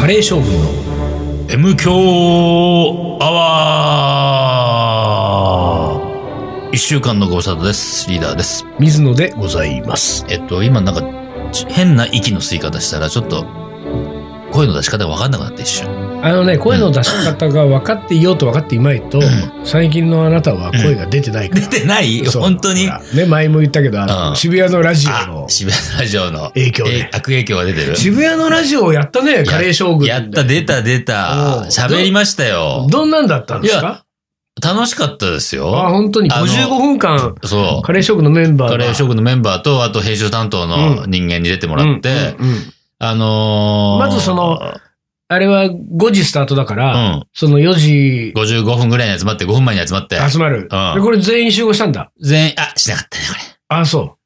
カレー将軍の M 強アワー一週間のご無沙汰です。リーダーです。水野でございます。えっと、今なんか、ち変な息の吸い方したら、ちょっと、声の出し方がわかんなくなって一瞬。あのね、声の出し方が分かっていようと分かっていまいと、最近のあなたは声が 出てないから。出てないそう本当にほらね、前も言ったけど、あのうん渋谷のラジオあの、、渋谷ラジオの影響でえ悪影響が出てる。渋谷のラジオをやったね、カレー将軍で。やった、出た、出たおう。喋りましたよ。どんなんだったんですか楽しかったですあ、よ。本当にあの55分間、そう。カレー将軍のメンバーが。カレー将軍のメンバーと、あと編集担当の人間に出てもらって、うんうんうんあのー、まずそのあれは5時スタートだから、うその4時ん、55分ぐらいに集まって、5分前に集まって、集まる。うんでこれ全員集合したんだ。全員、あ、しなかったね、これ。あ、そ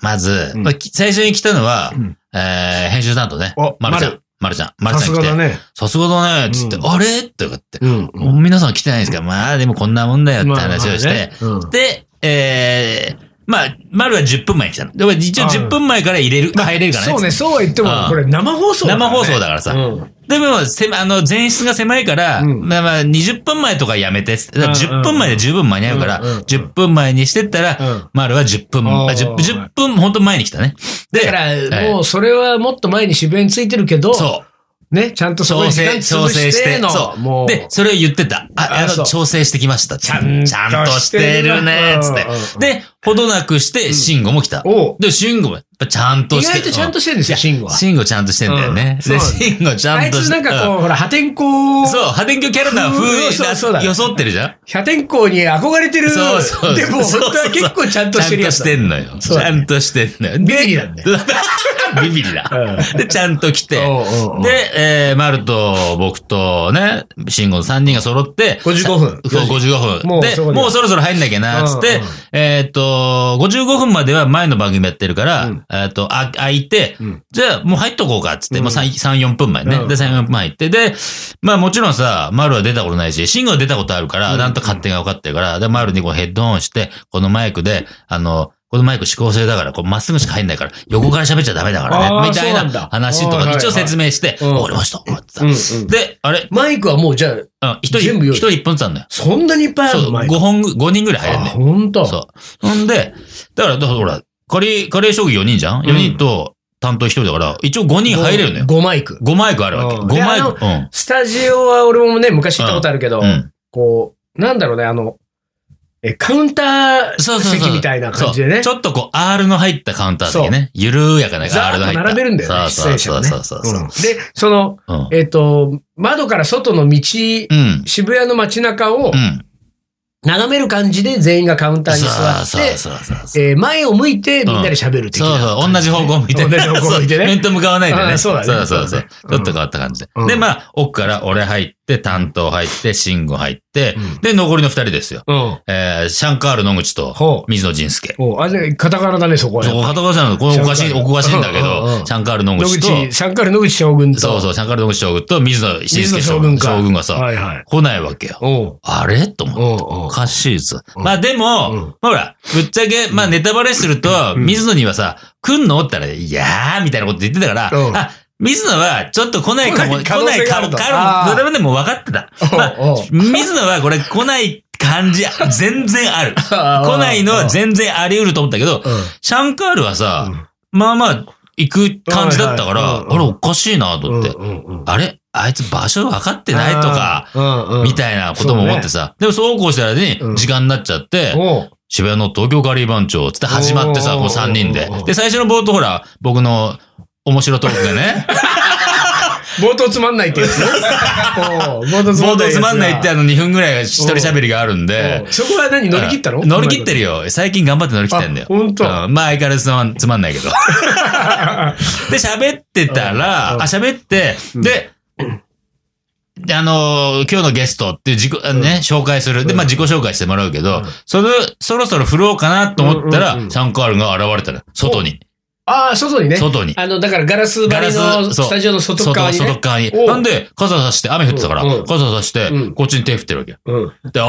まず、うんまあき最初に来たのは、うんえー編集担当ね。う。あ、まるちゃん。まるちゃん。まるさちゃすん来がだて。ね。さすがだね。つって、うんあれとかって。うん。もう皆さん来てないんですかまあ、でもこんなもんだよって話をして。まあまあねで、えー、まあ、丸は10分前に来たの。でも一応あ10分前から入れる、入れるからね。そうね、そうは言ってもう、んこれ生放送だから生ね放送だからさ。うんでも、せあの、前室が狭いから、うんまあまあ、20分前とかやめて、だかうんら10分前で十分間に合うから、うんうん10分前にしてったら、うん丸は10分、あーあ 10, 10分、本当前に来たね。で、だから、もう、うそれはもっと前に渋谷についてるけど、そう。ね、ちゃんとそこ調に時間整、調潰整ししてて、の、もそうう。で、それを言ってた。あ、ああそうの、調整してきました。ちゃん、ちちゃゃんんととしてるね、つしってるてなうんうんうん。で、ほどなくして、慎吾も来た。おうで、慎吾も、やっぱちゃんと意して外とちゃんとしてるんですよ、うん慎吾は。慎吾ちゃんとしてんだよね。うんで、そう慎吾ちゃあいんとつしなてんかうんこう、ほら、破天荒、そう、破天荒キャラな風そうそうだに装ってるじゃん破天荒に憧れてる。そうそう。でも、そう本当は結構ちゃんとしてるやつちだ。ゃんとしてんのよ。そうちだゃねんとしてんのよ。ビビリなんだよ。でビビリだ。うで、ちゃんと来て。おうおうおうで、えー、マルと僕とね、慎吾の3人が揃って、 55分そう、55分。もうでそこ、でもうそろそろ入んなきゃな、つっうてんうん、えーっと、55分までは前の番組やってるから、うんえーっと、あ、空いて、うんじゃあもう入っとこうか、つって、うんもう3、三4分前ね。うんで、3、4分前行って、で、まあもちろんさ、マルは出たことないし、慎吾は出たことあるから、うんなんと勝手が分かってるから、で、マルにこうヘッドオンして、このマイクで、あの、このマイク指向性だから、こう、まっすぐしか入んないから、横から喋っちゃダメだからあーね、みたいそうなんなだ話とはいはいか、はい一応説明して、うんわかりました、わかってさうんうんで、あれ、マイクはもうじゃあ、うん一人、全部用一意人一本ずつあんのよ。そんなにいっぱいあるそのう、マイ5ク。本ぐ、5人ぐらい入るあ、んね。ほんと。そう。ほんで、だから、だからほら、カレー、カレー将棋4人じゃんん ?4 人と担当1人だから、一応5人入れるのよ。 5マイク。 5マイクあるわけ。う5んマイク。でスタジオは俺もね、昔行ったことあるけど、うん。うん。こう、なんだろうね、あの、え、カウンターそうそうそう席みたいなそ感う。じでねち。ょっとこう、R の入ったカウンターだけね。緩やかな R のザー入ッっとた。並べるんだよね、出そう演者そがうね。そうそうそうう。んで、その、うん。えっと、窓から外の道、うん。渋谷の街中をうん。眺める感じで全員がカウンターに座そうっそうて、そうそう。そうえー前を向いてみんなで喋る的そうな。そう、同じ方向向いて同じ方向向いてねそう面と向かわないでうね。んそうだねそうそうそそう。うちだねょっと変わった感じでうん。で、まあ、奥から俺入って、担当入って、慎吾入ってうん、で、残りの二人ですよ。うん。えー、シャンカール野口とほ、水野仁介。おあれ、カタカナだね、そこはねそ。こ、片岡さんの、これおかしシャンい、カールおかしいんだけうんうんうんど、シャンカール野野口と、口、シャンカル野口将軍と。そうそう、シャンカール野口将軍と、水野水信野介将将軍軍か将軍がさ、はいはい。来ないわけよ。おうあれと思って。おうおおう かしいぞ。うんまあでも、うんほら、ぶっちゃけ、まあネタバレすると、うん水野にはさ、来んのって言ったら、いやー、みたいなこと言ってたから、うんあ、水野はちょっと来ないか来も、ない可能性があると来ないあかーも、それはでも分かってた。まあ、おうおう水野はこれ来ない感じ、全然ある。 あー来ないのは全然あり得ると思ったけど、うんシャンカールはさ、まあまあ、行く感じだったから、はいはいうんうんあれおかしいなと思って、うんうんうんあれあいつ場所分かってないとか、あー、うんうんみたいなことも思ってさ。でもそうこうしてる間うんに時間になっちゃって、おう渋谷の東京カリー番長つって始まってさ、おーこう3人でおー。で、最初の冒頭ほら、僕の面白トーク でね、冒頭つまんない ってやつねおう冒頭つま冒んない頭やつつまんないってあの2分ぐらいが一お人ー喋りがあるんでおう。そこは何乗り切ったの乗り切ってるるよ。最近頑張って乗り切ってんだよ。あほんとうんまあ相変わらずつまんつまんないけど。で、喋ってたら、うあん、喋って、で、であのー今日のゲストっていう自己、あのね、紹介する。で、まあ自己紹介してもらうけど、それ、そろそろ振ろうかなと思ったら、うんうんうんシャンカールが現れたら、外に、ああ、外にね。外に。あの、だからガラス張りガラのスそうスタジオの外側にね。外外側におうなんで、傘さして、雨降ってたから、うんうん傘さして、うんこっちに手振ってるわけよ。うん。で、お、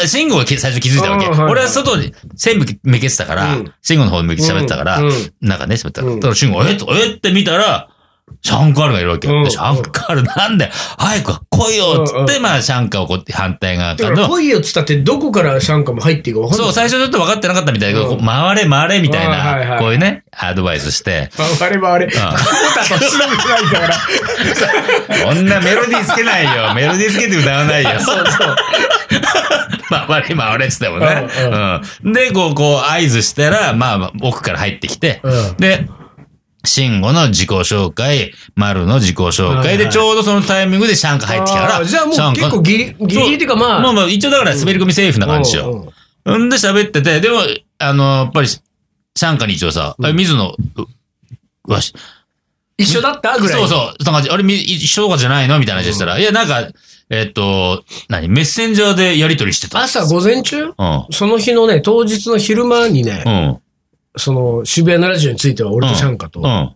お、慎吾がき最初気づいたわけ。うんはい俺は外に、線向けてたからうん、慎吾の方向けて喋ってたから、うんなんかね、喋ってたから。うんだから慎吾、えっと、えっって見たら、シャンカールがいるわけよ。うんでシャンカールなんで、早く来いよっつって、まあ、シャンカーをこうやって反対側だかかららの、来いよっつったってどこからシャンカも入っていいか分かんない。そう、最初ちょっと分かってなかったみたいだけど、うんこう回れ回れみたいはいはいはな、いこういうね、アドバイスして、あれはあれ。久ん保田と趣味ないんだから。こんなメロディーつけないよ。メロディーつけて歌わないよ。そうそう。回れ回れっつってもね。うん。で、こう、こう、合図したら、まあまあ、奥から入ってきて、うんで、慎吾の自己紹介、丸の自己紹はい介はで、いちょうどそのタイミングでシャンカ入ってきたかあーら、じゃあもうシャンカ結構ギリ、ギリギリっていうかまあ。まあまあ、一応だから滑り込みセーフな感じよ。うんうんんで喋ってて、でも、あの、やっぱり、シャンカに一応さ、あれ水野、うわし、一緒だったぐらい。そうそう。なんか、あれ、み一緒とかじゃないのみたいな話したら、いや、なんか、えっと、何メッセンジャーでやりとりしてた。朝午前中うん。その日のね、当日の昼間にねう、ん。その渋谷のラジオについては俺とシャンカとうん。あ、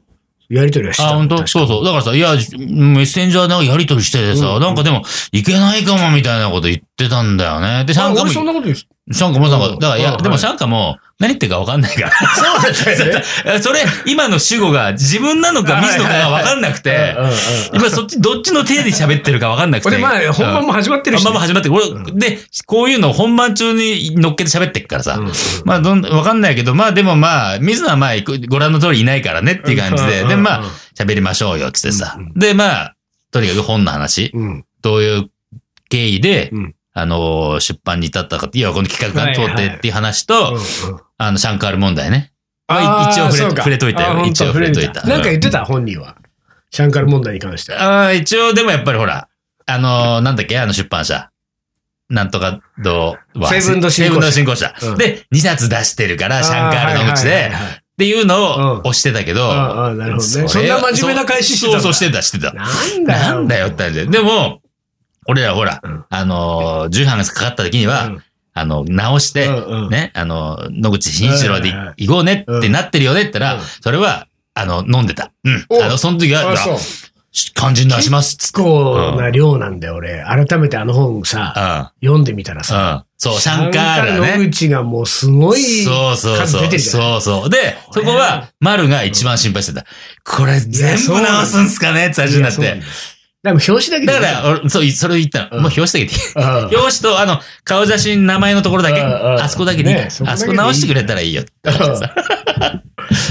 やりとりはしてた。本当確かそうそう。だからさ、いや、メッセンジャーでなんかやりとりしててさ、うんなんかでも、いけないかも、みたいなこと言ってたんだよね。で、シャあンカも、俺シそんなこと言う。ャンカもなんか、うんだから、いや、うんではもいシャンカも、何言ってるかわかんないから。そうだったよね。 それ、今の主語が自分なのか水野かがわかんなくてうんうんうん、今そっち、どっちの手で喋ってるかわかんなくて。俺まあ、本うん番も始まってるし。まあまあ始まって、俺、で、こういうの本番中に乗っけて喋ってっからさうんうん。まあ、どん、わかんないけど、まあでもまあ、水野はまあ、ご覧の通りいないからねっていう感じうんうんうんで、うんで、まあ、喋りましょうよ、つってさ。で、まあ、とにかく本の話、うん。どういう経緯でうん、あのー、出版に至ったかって、いや、この企画が通ってっていう話うんうとん、あの、シャンカール問題ね。あー一応触れそうか触れといたよあー本当一応触れといたうんなんか言ってた、本人は。シャンカル問題に関しては。ああ、一応でもやっぱりほら、あのーなんだっけ、あの出版社。なんとかどうは。セブンドセ進ブ行者ンド進行者うんで、2冊出してるから、シャンカールの口あーはいはいで、はいはいっていうのうんを押してたけど。ああ、なるほどね。それんな真面目な返ししてそたうんだそうしてた、してた。なんだよ。なんだよって感じで。でも、俺らほら、うんあのー、重版がかかった時には、うんあの、直して、うんうんね、あの、野口慎一郎ではいはい行こうねってなってるよねって言ったら、うんそれは、あの、飲んでた。うん。おあの、その時は、あ、そう。肝心なしますっつって。結構な量なんだよ、俺。改めてあの本さ、うん。読んでみたらさ、うん。そう、シャンカールシャンカーがルね。野口がもうすごいそうそう数そ出てるう。じゃん。そうそう。で、そこは、丸が一番心配してた。これ全部直すんすかねって話になっいやそうて。でも表紙だけでだから、俺そう、それを言ったの。うんもう表紙だけでいい。うん表紙と、あの、顔写真、名前のところだけ。うんうんあそこだけでいいからねそこだあけでいいそこ直してくれたらいいよって。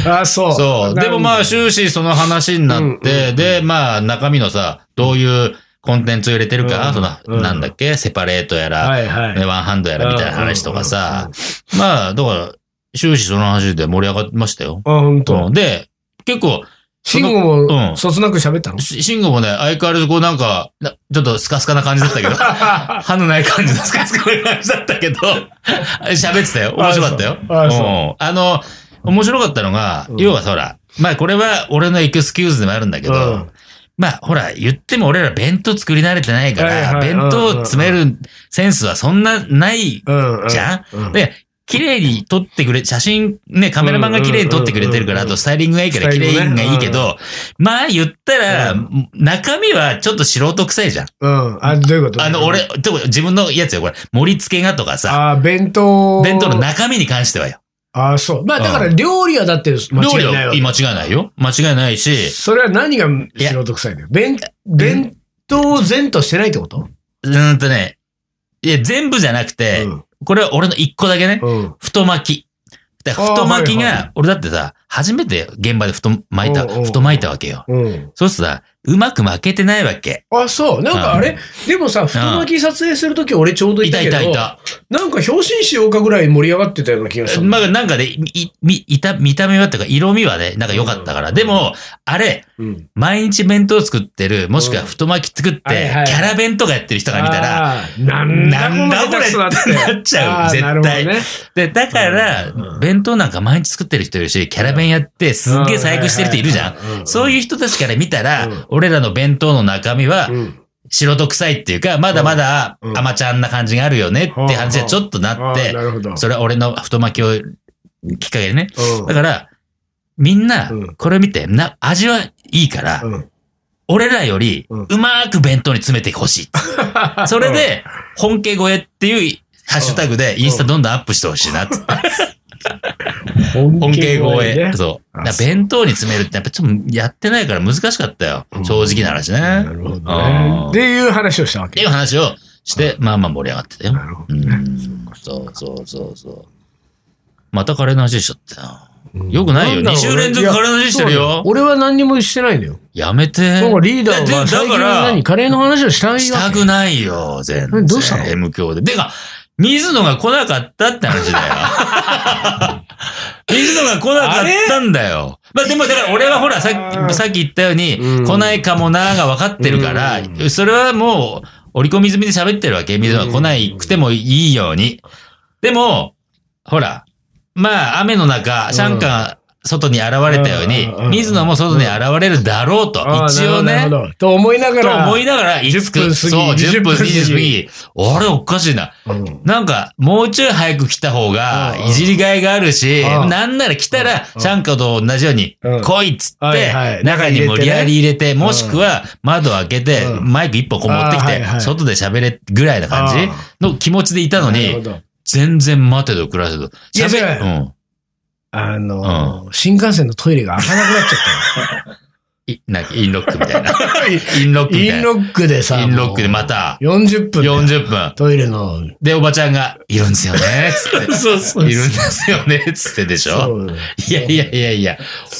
あ、そう。そう。でもまあ、終始その話になうんうんって、で、まあ、中身のさ、どういうコンテンツを入れてるうか、んそうんの、なんだっけ、セパレートやら、はいはい。ねワンハンドやらみたいな話とかさ、まあ、だから、終始その話で盛り上がってましたよ。あ、本う当。んで、結構、慎吾うも、んそつなく喋ったのし慎吾もね、相変わらずこうなんか、なちょっとスカスカな感じだった けど、歯のない感じのスカスカな感じだったけど、喋ってたよ。面白かったよ。あそううんあの、面白かったのが、うん要はほら、まあこれは俺のエクスキューズでもあるんだけど、うんまあ、ほら、言っても俺ら弁当作り慣れてないかはいら、はい弁当を詰めるセンスはそんなないうんうん。じゃん、うんで、綺麗に撮ってくれ、写真ね、カメラマンが綺麗に撮ってくれうてるかんうんうんうら、んあとスタイリングがいいからスタイリ綺ングね麗がいいけうど、まあ言ったら、う中身はちょっと素人臭いじゃん。うん。あ、どういうことあの、俺、、てか自分のやつよ、これ。盛り付けがとかさ、あ、弁当。弁当の中身に関してはよ。あ、そう。まあ、だから料理はだって間料違理いないはわ間違けいないよ。間違いないし、それは何が素人臭いのよ。弁、弁当を善としてないってことうーんとね、いや、全部じゃなくて、うんこれは俺の一個だけね、うん。太巻き。だからあー太巻きはいが、はい俺だってさ、初めて現場で太巻いた、おうおう太巻いたわけよ。うん。そうするとさ、うまく巻けてないわけ。あ、そう。なんかあれ、でもさ、太巻き撮影するとき俺ちょうどいいたたけいど、たいた。なんか表紙にしようかぐらい盛り上がってたような気がした。まあ、なんかね、い、みいた、見た目はっていうか、色味はね、なんか良かったから。でも、あれ、うん。毎日弁当作ってる、もしくはうん太巻き作って、はいはいキャラ弁とかやってる人が見たら、あー、なんだこの下手くそだってなんだこれってなっちゃうあー絶対なるほどねで、だからうんうん、弁当なんか毎日作ってる人いるし、キャラ弁やってすっげえ細工してる人いるじゃうんはいはいはん。いそういう人たちから見たうらん、俺らの弁当の中身はう、ん。素人臭いっていうか、まだまだうん甘ちゃんな感じがあるよねって話はちょっとなあっーてな、るほど。それは俺の太巻きをきっかけでね。うんだから、みんなうん、これ見て、な、味はいいから、うん俺らより、うんうまーく弁当に詰めて ほしい。それで、本家超えっていうハッシュタグでインスタどんどんアップしてほしいなっつって。本家超え。ねそう。あだから弁当に詰めるってやっぱちょっとやってないから難しかったよ。うん正直な話ね。なっるほどあねー。っていう話をしたわてけ。いう話をして、まあまあ盛り上がってたよ。なるほうどね。ん。そうそうそうそう。またカレーの話しちゃったよ。うんよくないよんだろうね二週連続カレーの話してるよいやそうだ俺は何にもしてないのよ。やめて。なんかリーダーだがだ最だか近はら何、カレーの話をしたいわけしたくないよ、全え然。どうしたの ?M 教で。でか、水野が来なかったって話だよ。 水野が来なかったんだよ。まあでも、だから俺はほら、さっあーき、さっき言ったように、うん来ないかもなーが分かってるから、うんそれはもう、折り込み済みで喋ってるわけ。水野が来ないくてもいいように。でも、ほら、まあ、雨の中、シャンカンが外に現れたようにうんうんうんう、ん水野も外に現れるだろうと。あー一応ねなるほ。どなるほどと思いながとら。思いながら、いつく、 10そ分過う、ぎ10分、 20 20過ぎ。あれ、おかしいな。うんなんか、もうちょい早く来た方がうん、うんいじりがいがあるし、うんなんなら来たら、うんシャンカと同じようにうん、来いっつっはいては、い中に無理やり入れて、ねもしくは、窓開けて、うんマイク一本こう持ってあきーはいはて、い外で喋れ、ぐらいな感あじの気持ちでいたのなるほに、ど全然待てど暮らせど。いや喋違る。ううんあのー、新幹線のトイレが開かなくなっちゃっいなんかインロックみたい な。たよ。インロックみイたいンな。ロックでさ、インロックでまた。た、 40分で40分。トイレの、で、おばちゃんが、いるんですよね、つっ て。そうそういるんですよね、つってでしょそういやいやいやいや。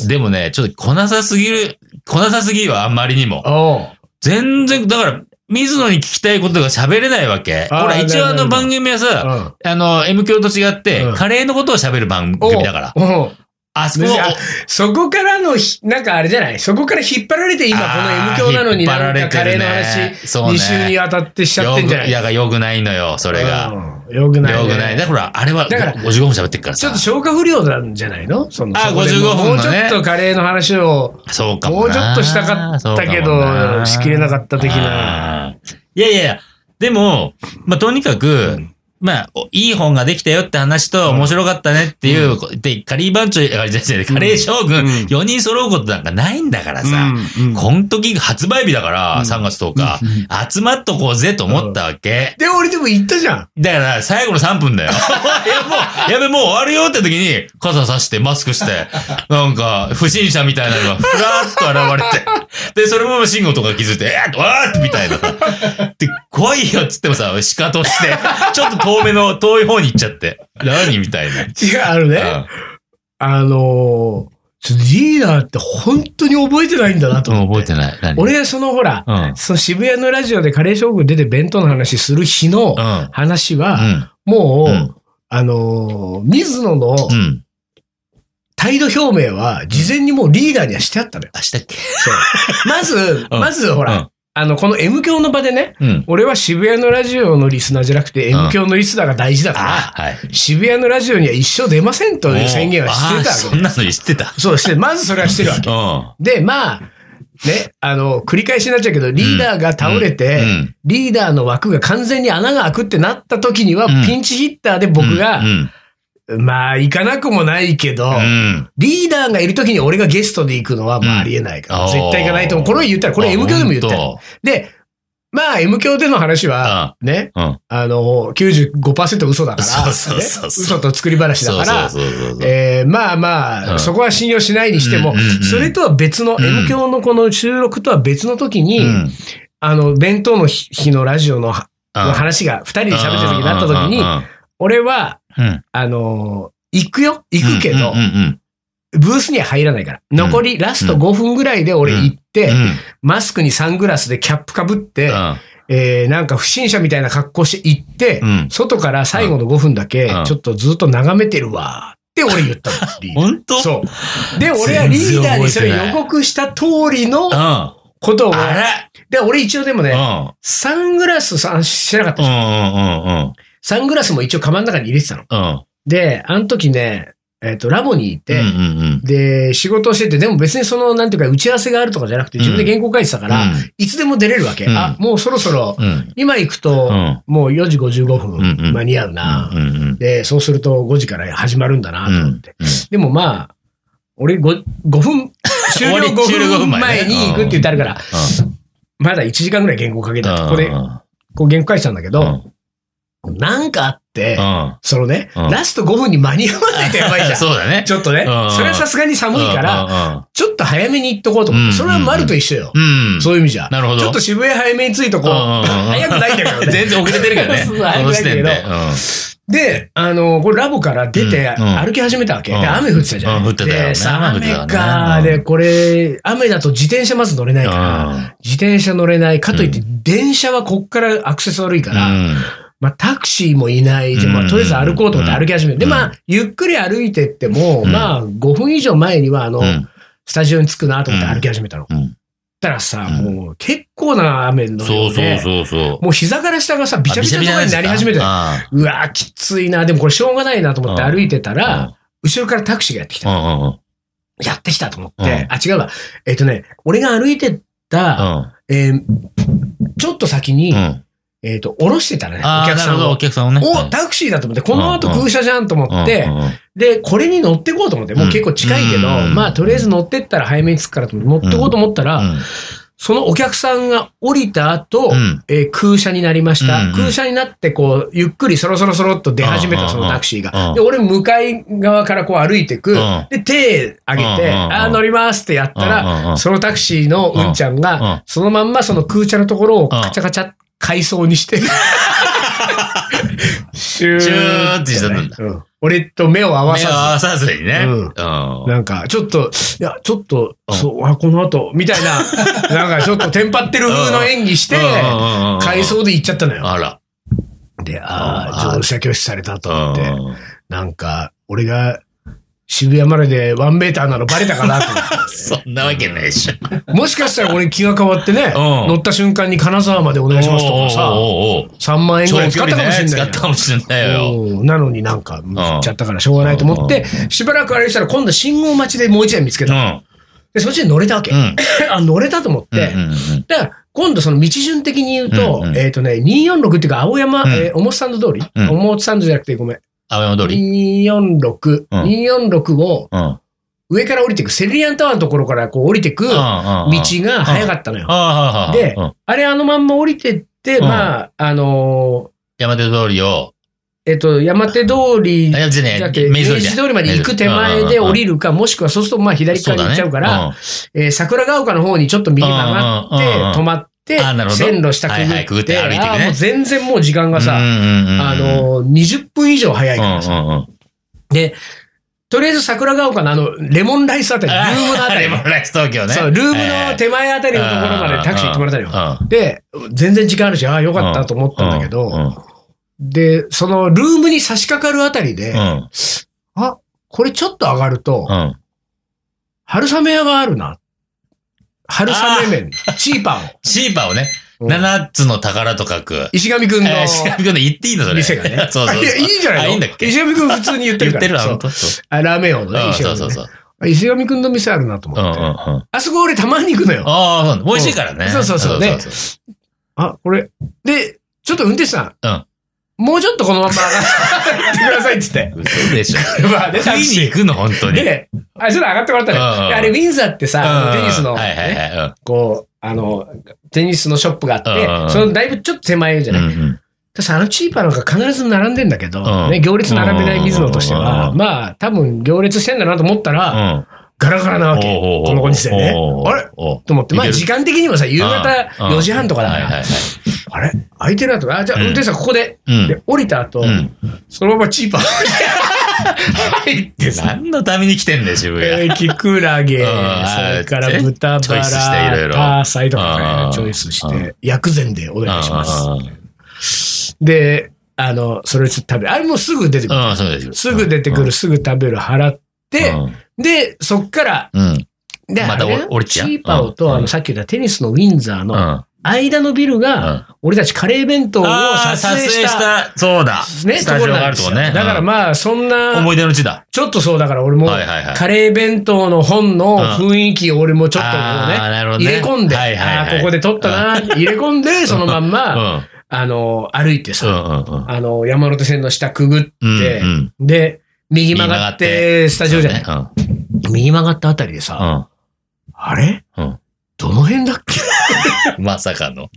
でもね、ちょっとこなさすぎる、こなさすぎはあんまりにも。おう全然、だから、水野に聞きたいことが喋れないわけ。あーほら、一応あの番組はうさ、んあの、M 教と違ってうん、カレーのことを喋る番組だから。おうあそこ別にあは、そこからのひ、なんかあれじゃないそこから引っ張られて今こあーの M 教なのに引っ張ならんれかてカレるーのね話、そうね2週にわたってしちゃってんじゃないいやが良くないのよ、それが。うんよくないね。良くない。だからほら、あれはだから55分喋ってるからちょっさと。消化不良なんじゃないのそのあそこで55分のねもうちょっとカレーの話を、そうかももうちょな。っとしたかったけそうかもど、しきれなかった的な。あー。いやいやいや、でも、まあ、とにかく、まあ、おいい本ができたよって話と、面白かったねっていう、で、カリー番長、あじゃじゃカレー将軍、うん4人揃うことなんかないんだからさ、うんうんこん時発売日だから、うん3月10日、集まっとこうぜと思ったわけ。で、俺でも言ったじゃん。だから、最後の3分だよ。 いや、もう、やべ、もう終わるよって時に、傘さして、マスクして、なんか、不審者みたいなのが、ふらーっと現れて、で、それも慎吾とか気づいて、えーっと、わーってみたいなさ。で、怖いよっつってもさ、仕方して、ちょっと遠めの、遠い方に行っちゃって、何みたいな。違う、あのね、あのー、ちょっとリーダーって本当に覚えてないんだなとうん、思覚っえて。てない。何俺がそのほら、うん。うん。その渋谷のラジオでカレー将軍出て弁当の話する日のうん。話は、もう、うんあのー、水野のうん。態度表明は、事前にもうリーダーにはしてあったのよ。あ、したっけまず、うんまずほら、うんあの、この M 教の場でね、うん。俺は渋谷のラジオのリスナーじゃなくて、うん M 教のリスナーが大事だから、あはい。渋谷のラジオには一生出ませんという宣言はしてたわあそんなの知ってた。け。そうして、まずそれはしてるわけ。うで、まあ、ね、あの、繰り返しになっちゃうけど、リーダーが倒れて、うんうんリーダーの枠が完全に穴が開くってなった時には、うんピンチヒッターでん。僕がう、ん。まあ、行かなくもないけど、うん。リーダーがいる時に俺がゲストで行くのはもうありえないから、うん絶対行かないと思う。これを言ったら、これあ M 教でも言ったよ本で、まあ、M 教での話は、ね、当うん。あの、95%嘘だから、そうそうそうそうね嘘と作り話だから、そうそうそうそうそう。えーまあまあ、うんそこは信用しないにしても、うんうんうんそれとは別の、うん M 教のこの収録とは別の時に、うんあの、弁当の日日のラジオのはうんの話が、二人で喋ってる時になった時にう、ん俺は、うんうんあのー行くよ行くけど、うんうんブースには入らないから。残りラスト5分ぐらいで俺行って、うんうんマスクにサングラスでキャップかぶって、うんえーなんか不審者みたいな格好して行って、うん外から最後の5分だけうん、ちょっとずっと眺めてるわって俺言ったの。リーダー 本当そう。で、俺はリーダーにそれ予告した通りのうん。あことを、らで、俺一応でもうん。うね、んサングラスさ、してなかった。うんうんうん。サングラスも一応カバンの中に入れてたの。うん。で、あの時ね、えっ、と、ラボにいて、うんうんうん。で、仕事をしてて、でも別にその、なんていうか、打ち合わせがあるとかじゃなくて、自分で原稿書いてたから、うんいつでも出れるわけ。うんあ、もうそろそろ、うん。今行くうと、ん。もう4時55うんうん分間に合うな、うんうんで、そうすると5時から始まるんだな、うと思っんて。。でもまあ、俺 5, 5分、終了 終わり終了5 5分分前前ねに行くって言ってあるから、うまだ1時間ぐらい原稿かけてん。たとこでう、んこう原稿書いてたんだけうど、んなんかあっって、うんそのね、うんラスト5分に間に合わないとやばいじゃん。そうだね。ちょっとね、うんそれはさすがに寒いから、ら。ちょっと早めに行っとこうと思って、うんそれは丸と一緒よ。うん。そういう意味じゃ。なるほどちょっと渋谷早めに着いとこう。うんうんうん早くないんだけどね。全然遅れてるけどね。そう早このくない時んだ点けでど。で、あの、これラボから出てうんうん歩き始めたわけ。うんで、雨降ってたじゃ。うんん降ってたよでさあ雨降ってたね雨か。うんで、これ、雨だと自転車まず乗れないから、う自転車乗れない。かといって、電車はこっからアクセス悪いから、ん。うんまあタクシーもいない。で、まうあんとりあえず歩こうと思って歩き始める。で、うんまあ、ゆっくり歩いてっても、うんまあ、5分以上前には、あの、うんスタジオに着くなと思って歩き始めたの。うんたらさ、うもう結構な雨のそ量うそうで、そうそう。もう膝から下がさ、びちゃびちゃとかになり始めたよた。うわーきついな。でもこれしょうがないなと思ってうん歩いてたうんら、後ろからタクシーがやってきうた。んうんうん。やってきたと思っうんて、あ、違うわ。えっとね、俺が歩いてった、えーちょっと先にうん。う、ん。えっと、降ろしてたらね、あおあ、客なさるほんど、をお。客さんをね。お、タクシーだと思って、この後空車じゃんと思っうてん、うんうんで、これに乗ってこうと思って、もう結構近いけど、うんまあ、とりあえず乗ってったら早めに着くからと思って乗ってこうと思ったら、そのお客さんが降りた後、うんえー空車になりました。うんうん空車になって、こう、ゆっくりそろそろそろっと出始めた、そのタクシーうんうんうが。んで、俺、向かい側からこう歩いてくうん。で、手上げうんうんて、うんあー乗りますってやったうんうんうら、んそのタクシーのうんちゃんうんうんが、そのまんまその空車のところをうんカチャカチャ階層に して、シュシューってしたんだうん俺と目を合わ目さを合わさずにね。ううんん。ず、なんか、ちょっと、いや、ちょっと、うんそう、あ、この後、みたいな、なんかちょっとテンパってる風の演技して、回階層で行っちゃったのよ。あら。で、ああ、あー乗車拒否されたと思って、うんなんか、俺が渋谷まででワンメーターなのバレたかなと思そんなわけないでしょ。って。もしかしたら俺気が変わってね、うん乗った瞬間に金沢までお願いしますとかさ、おうおうおうおう3万円ぐらい使ったかもしれ長距離ね使なっいた。かもしれないよ。うんなのになんか、行っちゃったからしょうがないと思って、しばらくあれしたら今度信号待ちでもう一台見つけうた。ん。で、そっちに乗れたわけう。ん。 あ、乗れたと思ってう。んうんだから、今度その道順的に言うと、うんうんえっ、とね、246っていうか、青山、うんえー、表参道通り、うん表参道じゃなくて、ごめん。青山通り。 246、うん246をうん。うん上から降りてく、セルリアンタワーのところからこう降りてくうんうん。道あが早かったのよ。あああでうんあれあのまんま降りてって、うんまあ、あの山手通りを、ーえっ、と、山手通りあ、、やつねだっ、け明明治通治りじゃ通りまで行く手前で降りるか、もしくはそうするとまあ左側に行っちゃうから、、えー桜ヶ丘の方にちょっと右曲がって、うんうんうんうん止まってあなる、ほど線路下くぐって、はいはいくぐって歩いていくねあーもう全然もう時間がさ、ああの、20分以上早いからさ。で、とりあえず桜ヶ丘のあの、レモンライスあたり、ルームのあたりレ、モンライス東京ね。そう、ルームの手前あたりのところまでタクシー止まれたのよ。よ。で、全然時間あるし、ああ、よかったと思ったんだけど、で、そのルームに差し掛かるあたりで、あ、これちょっと上がると、春雨屋があるな。春雨麺、チーパンシーパーをね、を。うん7つの宝と書く。石上くんのえー、しかも言っていいのそれ。店がね。そうそうそう。いやいいんじゃないあのいいんだっけ石上くん普通に言って言るっから。てるわ、そう本当そうあラーメンをうね、ん石上そうくんそねうそう。あ石上くんの店あるなと思うんうんうって。ん。あそこ俺たまに行くのよ。ああ、そう美味しいからね。そうそうそうねあ、これ。で、ちょっと運転手さん。うんもうちょっとこのまま上がってくださいっつ って。嘘でし ょ。まあね、タ食クいにシ行くの、本当ー。に。で、あ、ちょっと上がってもらったうんうんね。うんであれ、ウィンザーってさ、うんテニスの、はいはいねはい。こう、あの、テニスのショップがあうんうんうっんて、そのだいぶちょっと手前じゃうんない。うん私、あのチーパーなんか必ず並んでんだけど、うんね、行列並べない水野としてうんうんうんは、うんまあ、多分行列してんだなと思ったら、ガラガラなわけ。このご時世ね。あれと思って、まいあける時間的にもさ、夕方4時半とかだかはいはいら、はい。あれ空いてるなとか、あ、じゃあうん運転手さんここで。うんで、降りた後う、ん。そのままチーパー入ってさ、何のために来てんだよ、渋え谷。ーキクラゲ、うそんれか あらー豚チバラ、ョイスしていろいろターサイとかうねんチョイスして、薬膳でお願いします。うんで、あの、それをちょっと食べる。あれもうすぐ出てくる。うん、そうです。すぐ出てくる、すぐ食べる、払っうて、ん。で、そっから、うん。うん。で、またあれね降りちゃうチーパオうんと、あの、さっき言ったテニスのウィンザーうの、ん。間のビルが、俺たちカレー弁当をああ、撮撮影し、影したた。そうだ。ね、スタジオがあるととこころなんですね。よだからまあ、そんうん、な、思い出の地だ。ちょっとそう、だから俺も、はいはいはい。カレー弁当の本の雰囲気を俺もちょっとこうね、あーなるほどね入れ込んで、はいはいはいあーここで撮ったな、入れ込ん で、そのまんま、あの、歩いてうん。うさ、んうんうん。あの、山手線の下くぐっうんてう、ん。で、右曲がっ右曲て、スタジオじゃない、そうね右曲がったあたりでさ、あれうん。うん。 どの辺だっけまさかの。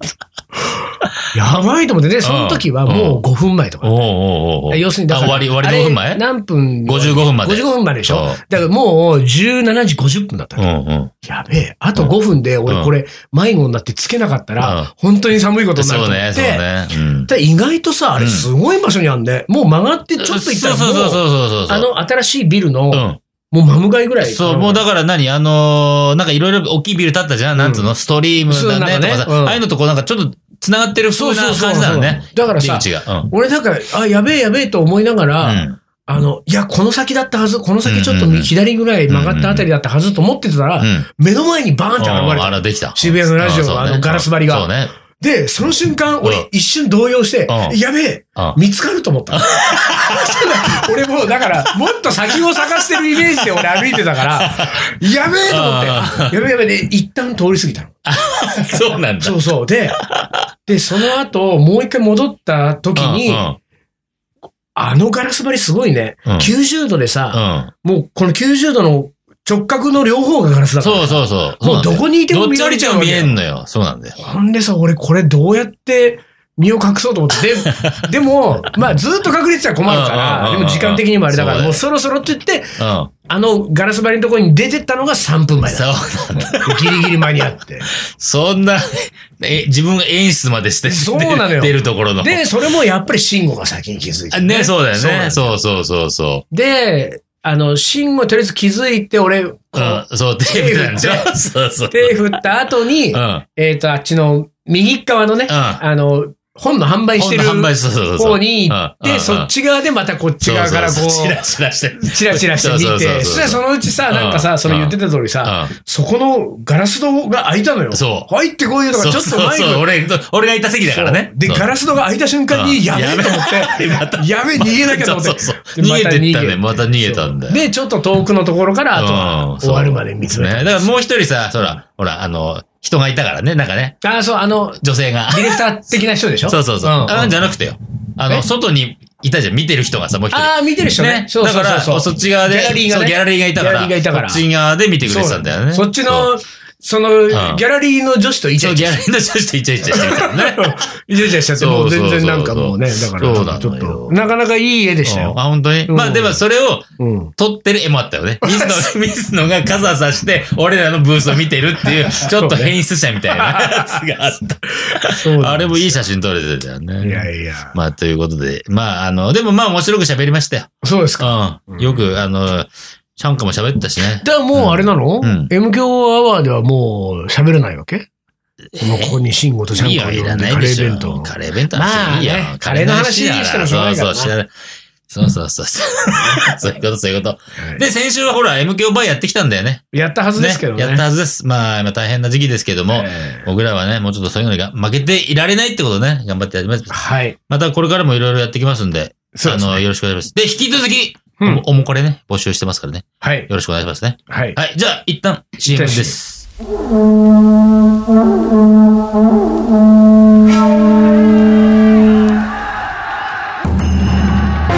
やばいと思ってね、その時はもう5分前とおうか。おうおうおう要するにだから、あ終わり、終わりあれ5分前何分 ?55 分まで。 55分まででしょうんだからもう17時50分だったうの。んうん。やべえ。あと5分で俺これ迷子になってつけなかったうんら、本当に寒いことになるそと思うね、っそうて。ね。うんで意外とさ、あれすごい場所にあんね。もう曲がってちょっと行ったらそうそうもう、そうそうそうそう。あの新しいビルの、うん。もう真向かいぐらい。そう、もうだから何あのーなんかいろいろ大きいビル建ったじゃん、なんつうのストリームだねとそかうなんさ、かねうんああいうのとこうなんかちょっと繋がってるそ風うそうなそう感じなのね。だからさ出口が。うん。俺なんか、あ、やべえやべえと思いながら、うんあの、いや、この先だったはず、この先ちょっとうんうん右うん左ぐらい曲がったあたりだったはずと思ってたら、うん。目の前にバーンって現あれあた。ら、できた。渋谷のラジオのうんあのそうねガラス張りがそうね。で、その瞬間、うん俺一瞬動揺して、うんやべえうん 見つかると思った。そうだ俺もうだから、もっと先を探してるイメージで俺歩いてたから、やべえと思って、やべえやべえで、一旦通り過ぎたの。そうなんだ。そうそう。で、で、その後、もう一回戻った時に、うんうんあのガラス張りすごいね。うん90度でさ、うんもうこの90度の直角の両方がガラスだから。そうそうそう。もうどこにいてもどっ見ちら降れりちちゃゃううわけ見よえんのよ。そうなんだよ。ほんでさ、俺これどうやって身を隠そうと思って。 で、でも、まあずっと隠れてたら困るかうんら、うんうんでうんも時間的にもあれだかそうだら、よもうそろそろって言って、うん。あのガラス張りのところに出てったのが3分前だ。そうなんだ。ギリギリ間に合って。 そんな、え、自分演出までして、そうなのよ出るところの。で、それもやっぱり慎吾が先に気づいて。ね、そうだよなんね。そうそうそうそう。で、あの、慎吾とりあえず気づいて、俺、こううん、そう、テープだよね。そうそう。手振った後に、うん。えっ、と、あっちの右側のね、うんあの、本の販売してる販売そうそうそうそう方に行っうんうんて、そっち側でまたこっち側からこそうそうそうチう、ラチラして。チラチラしてそ見うそうそうて、そうそしたらそのうちさ、なんかうんさ、その言ってた通りさ、うそこのガラス戸が開いたのよ。そう入ってこいよん。とか、ちょっとそ前うそうそうに。俺、俺がいた席だからね。で、ガラス戸が開いた瞬間うんに、やべえと思やっべて、やべえ、逃げなきゃと思って。そうそうそうでま逃げてったね逃げまた逃げたんだよで、ちょっと遠くのところから、あとうはん終わるまで見つめね。た。だからもう一人さ、ほら、ほら、あの、人がいたからね、なんかね、あ、そう、あの、女性が。ディレクター的な人でしょそうそうそう。んんあ、じゃなくてよ。あえの、外にいたじゃん、見てる人がさ、もう一人。ああ、見てる人ね。そうだそかうそうら、そうそっち側で、ギャラリーがそね。うギャラリーがいたか、ギャラリーがいたかららそっち側で見てくれてたんだよね。そっちそう、の、その、ギんャラリーの女子とイチそャうイギチャャラリーの女子とイチャイチャしてたん だね。イチャイチャしちゃって、もう全然なんかもうね、だそうかそうそうそうら、ちょっそうなのと、よなかなかいい絵でしたようん。あ、本当に、んまあでもそれをうん。撮ってる絵もあったよね。 水野、水野が傘さして、俺らのブースを見てるっていう、ちょっと変質者みたいなやつがあった。あれもいい写真撮れてたよね。いやいや。まあということで、まああの、でもまあ面白く喋りましたよ。そうですか。うん。よく、あの、シャンカも喋ったしね。だからもうあれなのうん ?M 強アワーではもう喋れないわけもうここに慎吾とちゃんいいこよ、呼んいでらカないレでーしょ弁当。カレー弁当の話いいよまあね。カレーの話カレーしてもしょうがないからなそうそう、知らない。そうそ うそう。そういうこと、そういうこと。はいで、先週はほら、MKO バーやってきたんだよね。やったはずですけどね。やったはずです。まあ、今大変な時期ですけども、え僕らはね、もうちょっとそういうのにが負けていられないってことね、頑張ってやりますー。はい。またこれからもいろいろやってきますんで、そうですねあの、よろしくお願いします。で、引き続き、うんおもこれね、募集してますからね。はい。よろしくお願いしますね。はい。はい、じゃあ、一旦 CM です。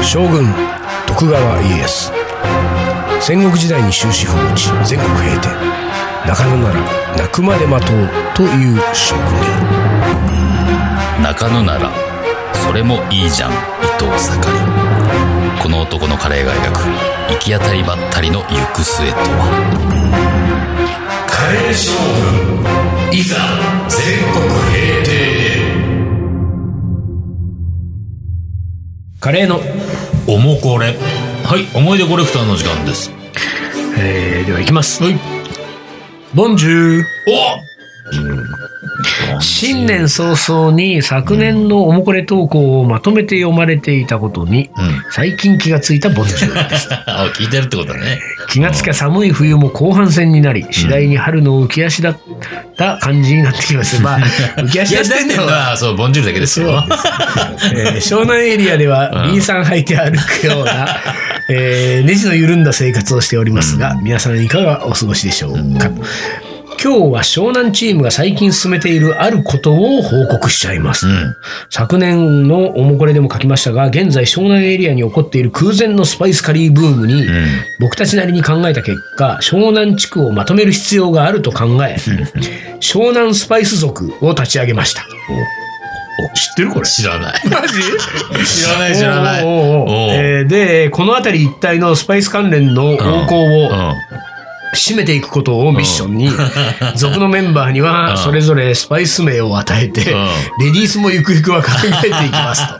将軍徳川家康戦国時代に終止符を打ち全国平定中野なら泣くまで待とうという将軍である中野ならそれもいいじゃん伊藤盛りこの男のカレーが描く行き当たりばったりの行く末とはカレー将軍いざ全国平定カレーの、おもこれ。はい、思い出コレクターの時間です。えー、ではいきますはい。ボンジューお新年早々に昨年のおもこれ投稿をまとめて読まれていたことにうん。 最近気がついたボンジュールですあ、聞いてるってことね。気がつきゃ寒い冬も後半戦になり、次第に春の浮き足だった感じになってきます。 まあ、浮きい足や、だ出っしててんんののは、は、そう、ボンジュールだけですよ。えー湘南エリアでは、うんリンさん履いて歩くよう な、えーネジの緩んだ生活をしておりますが、皆さんいかがお過ごしでしょうか。今日は湘南チームが最近進めているあることを報告しちゃいます。うん。昨年のおもこれでも書きましたが、現在湘南エリアに起こっている空前のスパイスカリーブームに、うん。僕たちなりに考えた結果湘南地区をまとめる必要があると考え湘南スパイス族を立ち上げました知ってるこれ。知らない。マジ知らない、知らない。おうーん。おーおーおーえーで、この辺り一帯のスパイス関連の動向を締めていくことをミッションに、 族のメンバーにうんはそれぞれスパイス名を与えて、レディースもゆくゆくは考えていきますと。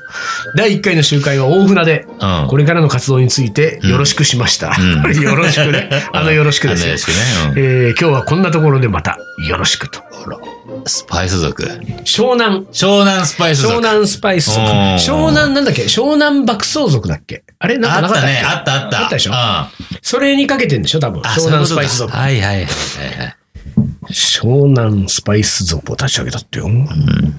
第1回の集会は大船で、うん。これからの活動についてよろしくしました。うん よろし くね。あのよろしくですあのよよろ。しくね。うんえー今日はこんなところでまたよろしくと。スパイス族。湘南。湘南スパイス湘族。南スパイス族。うん湘南なんだっけ湘南爆走族だっけあれなんかあなっかったたっけね。あったあった。あったでしょうんあそれにかけてんでしょ多分。湘南スパイスそうい族うことか。はいはいはいはい。湘南スパイス族を立ち上げたってよ。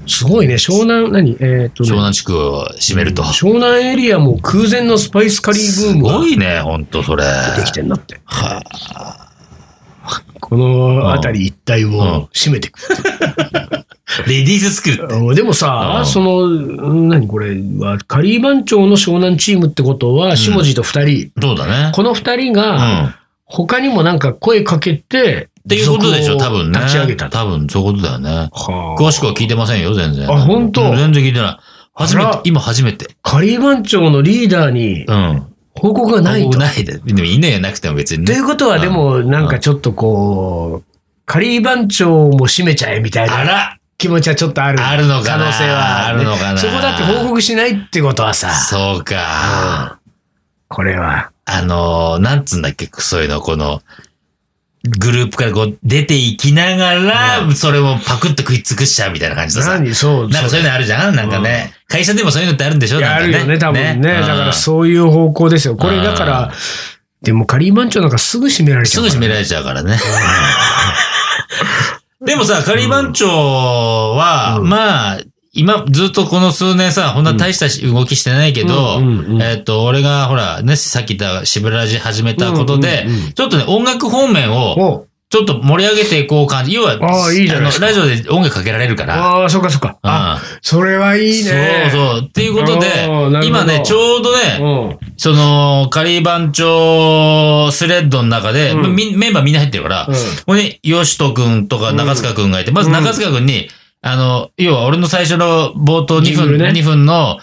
すごいね。湘南、何えーっとね、湘南地区を占めると。す湘南エリアも空前のスパイスカリーブームがごいね、ほんとそれ。できてんだって。この辺り一帯を占めていく。レディーススクールって。でもさう、んその、うん何これは、カリー番長の湘南チームってことは、下地と二人、そうだね。この二人が、うん。っ他にもなんか声かけて、ていうことでしょ、多分ね。立ち上げたと。多分、そういうことだよね。はあ詳しくは聞いてませんよ、全然。あ本当うん全然聞いてない。初めあてら、今初めて。カリー番長のリーダーにうん。報告がないと。ないで。でも、いねえなくても別にといね。うことは、うんでも、なんかちょっとこう、仮番長も閉めちゃえみたいあなら気持ちはちょっとある。あるの可かな能性はあねるのかなそこだって報告しないってことはさ、そうか。これは。あのー、なんつんだっけ、そういうの、この、グループからこう出ていきながら、それもパクッと食い尽くしちゃうみたいな感じださ。なん何そう。かそういうのあるじゃんなんかね。会社でもそういうのってあるんでしょやなんかるよね、多分ね。だかうらんそういう方向ですよ。これだから、でも仮番長なんかすぐ閉められちすゃうぐから。閉められちゃうからね。 でもさ、仮番長は、うんまあ、今、ずっとこの数年さ、こんな大したし動きしてないけど、うんうんうんえっ、と、俺がほら、ね、さっき言った渋ラジ始めたことで、うんうんうんちょっとね、音楽方面を、おうちょっと盛り上げていこう感じ。要は、ああいいじゃないですかの、ラジオで音楽かけられるから。ああ、そうかそうか。あ、うんそれはいいね。そうそう。っていうことでおーなるほど、今ね、ちょうどね、うん。その、仮番長スレッドの中で、うんまあみメンバーみんな入ってるから、うんここに、吉人くんとか中塚くんがいて、まず中塚くんに、あの、要は俺の最初の冒頭2ジング分、ルね2分の、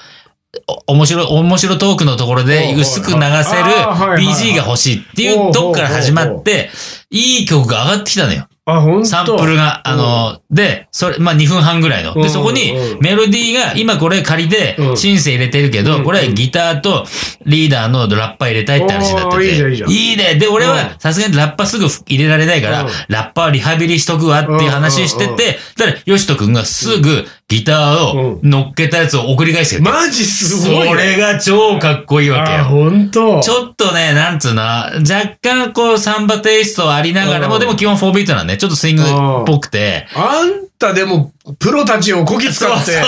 お面白い、面白トークのところおうでおう薄く流せるあーはいはいはい BG が欲しいっておうおうおいううとこから始まって、いい曲が上がってきたのよ。あ、本当。サンプルが、あの、で、それ、まあ、2分半ぐらいの。うんで、そこにうんメロディーが、今これ仮でう、んシンセ入れてるけうど、んこれギターとリーダーのラッパ入れたいって話になっておーいいじゃんいいてじ。ゃんいいね。で、俺はさすがにラッパすぐ入れられないからうん、ラッパはリハビリしとくわっていう話してうんうんて、だから、ヨシト君がすぐギターを乗っけたやつを送り返してくれた。マジすごいね。それが超かっこいいわけあ、よ。本当。ちょっとね、なんつうの、若干こうサンバテイストありながらうも、んでも基本4ビートなんで、ちょっとスイングっぽくて。あんたでも、プロたちをこき使そうっそて。う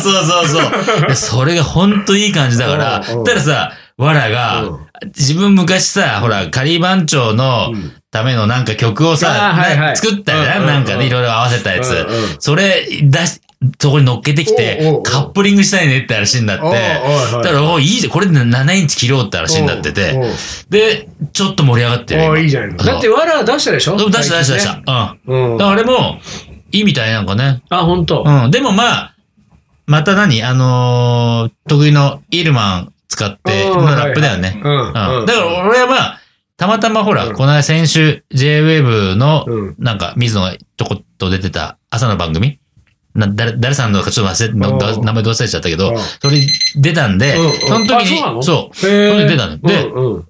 そうそう そう。でそれがほんといい感じだから、うんうんたださ、わらうがん、自分昔さ、ほら、仮番長のんためのなんか曲をあーさ、はいはいな作ったよな、うんうんうんなんかね、いろいろ合わせたやつ。うんうんそれ出し、そこに乗っけてきて、おうおうおうカップリングしたいねって話になって、おうおうはいだから、おういいじゃん、これで7インチ切ろうって話になってて、おうおうで、ちょっと盛り上がってるよ。お今ーいいじゃないの。そうだって、わら出したでしょ出した出した出した。。最近うん。ねだうかん。らあれも、いいみたいなんかね。あ、本当。うん。でもまあ、また何あのー得意のイルマン使って、うんのラップだよね。うん。ううんん。だから俺はまあ、たまたまほら、この間先週 JWAVE の、うんなんか水野がちょこっと出てた朝の番組な、誰、誰さんのかちょっと忘れ、うんな名前どう忘れちゃったけうどん、それ出たんで、うんうんその時あそうなに、のそう、へーそれで出たのでうんうん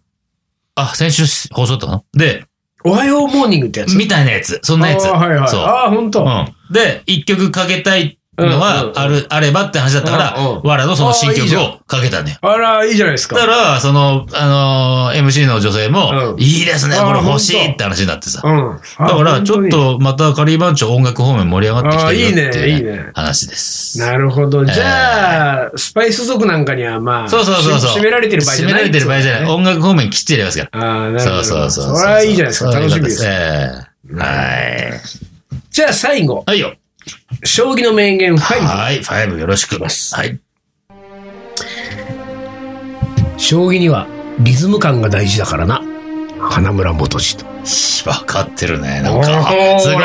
あ、先週放送だったので、おはようモーニングってやつ。みたいなやつ、そんなやつ。あーはいはい。そう。ああ、本当。うん、で、一曲かけたいうのんうんうはんある、あればって話だったから、うんうんわらのその新あーいいじ曲ゃをかけたんだよ。あら、いいじゃないですだかか。ら、その、あのー MC の女性も、うんいいですね、こあれー欲しいほんとって話になってさ。うん。だあから、ちょっ。本と、また、カリーバンチョ音楽方面盛り上がってきてるよってあーいいねいういね、いね話で当にす。なるほど。じゃあ、スパイス族なんかにはまあ、そうそうそうそう。し締められてる場合じゃない。締められてる場合じゃない。音楽方面きっちりやりますから。ああ、なるほそど。うそうそうそう。それはいいじゃないですか。楽しみです。そういうことです。じゃあ最後えー、はい。はいよ。将棋の名言5。はい、ファイブよろしく。はい。将棋にはリズム感が大事だからな。花村元次と。しわかってるね。なんか、すごい。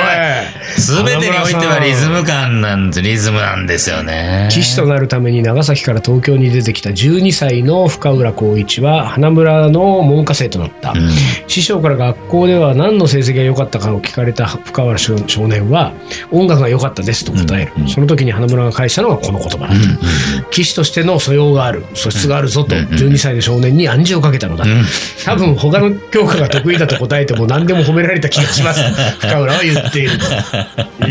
すべてにおいてはリズム感なんです、リズムなんですよね。騎士となるために長崎から東京に出てきた12歳の深浦光一は花村の門下生となった、うん師匠から学校では何の成績が良かったかを聞かれた深浦少年は音楽が良かったですと答える、うんうんその時に花村が返したのがこの言葉だった、騎士としての素養がある素質があるぞとうんうん12歳の少年に暗示をかけたのだ、うん多分他の教科が得意だと答えても何でも褒められた気がし ます深浦は言ってい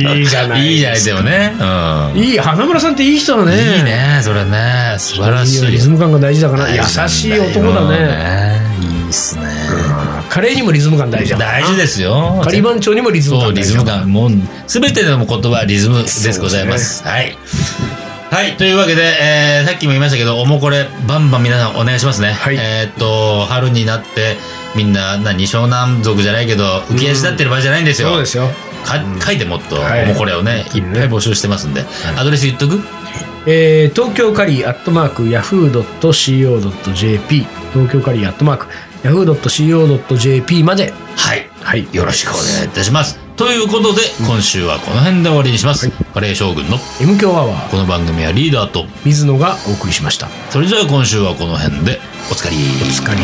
るいいじゃないいいじゃないい、でもね。うん。いい花村さんっていい人だねいいね、それね。素晴らしい。リズム感が大事だから優大事なんだよしい男だね。いいっすね。カレーにもリズム感大事だから大事ですよ。カリバン長にもリズムそう、感リ大ズ事ムだから感。もう、すべてのことはリズムですございます。はい。はい。というわけで、えーさっきも言いましたけど、おもこれ、バンバン皆さんお願いしますね。はいえーっと、春になって、みんな、何、湘南族じゃないけど、浮き足立ってる場合じゃないんですよ。そうですよ。か書いてもっと、はいおもこれをね、いっぱい募集してますんで。アドレス言っとくえー東京カリーアットマークヤフー .co.jp 東京カリーアットマークヤフー .co.jp まではい。はいよろしくお願いいたします。ということで、今週はこの辺で終わりにします。カレー将軍の M 強アワーこの番組はリーダーと、水野がお送りしましたそれじゃあ今週はこの辺で、おつかり。おつかり。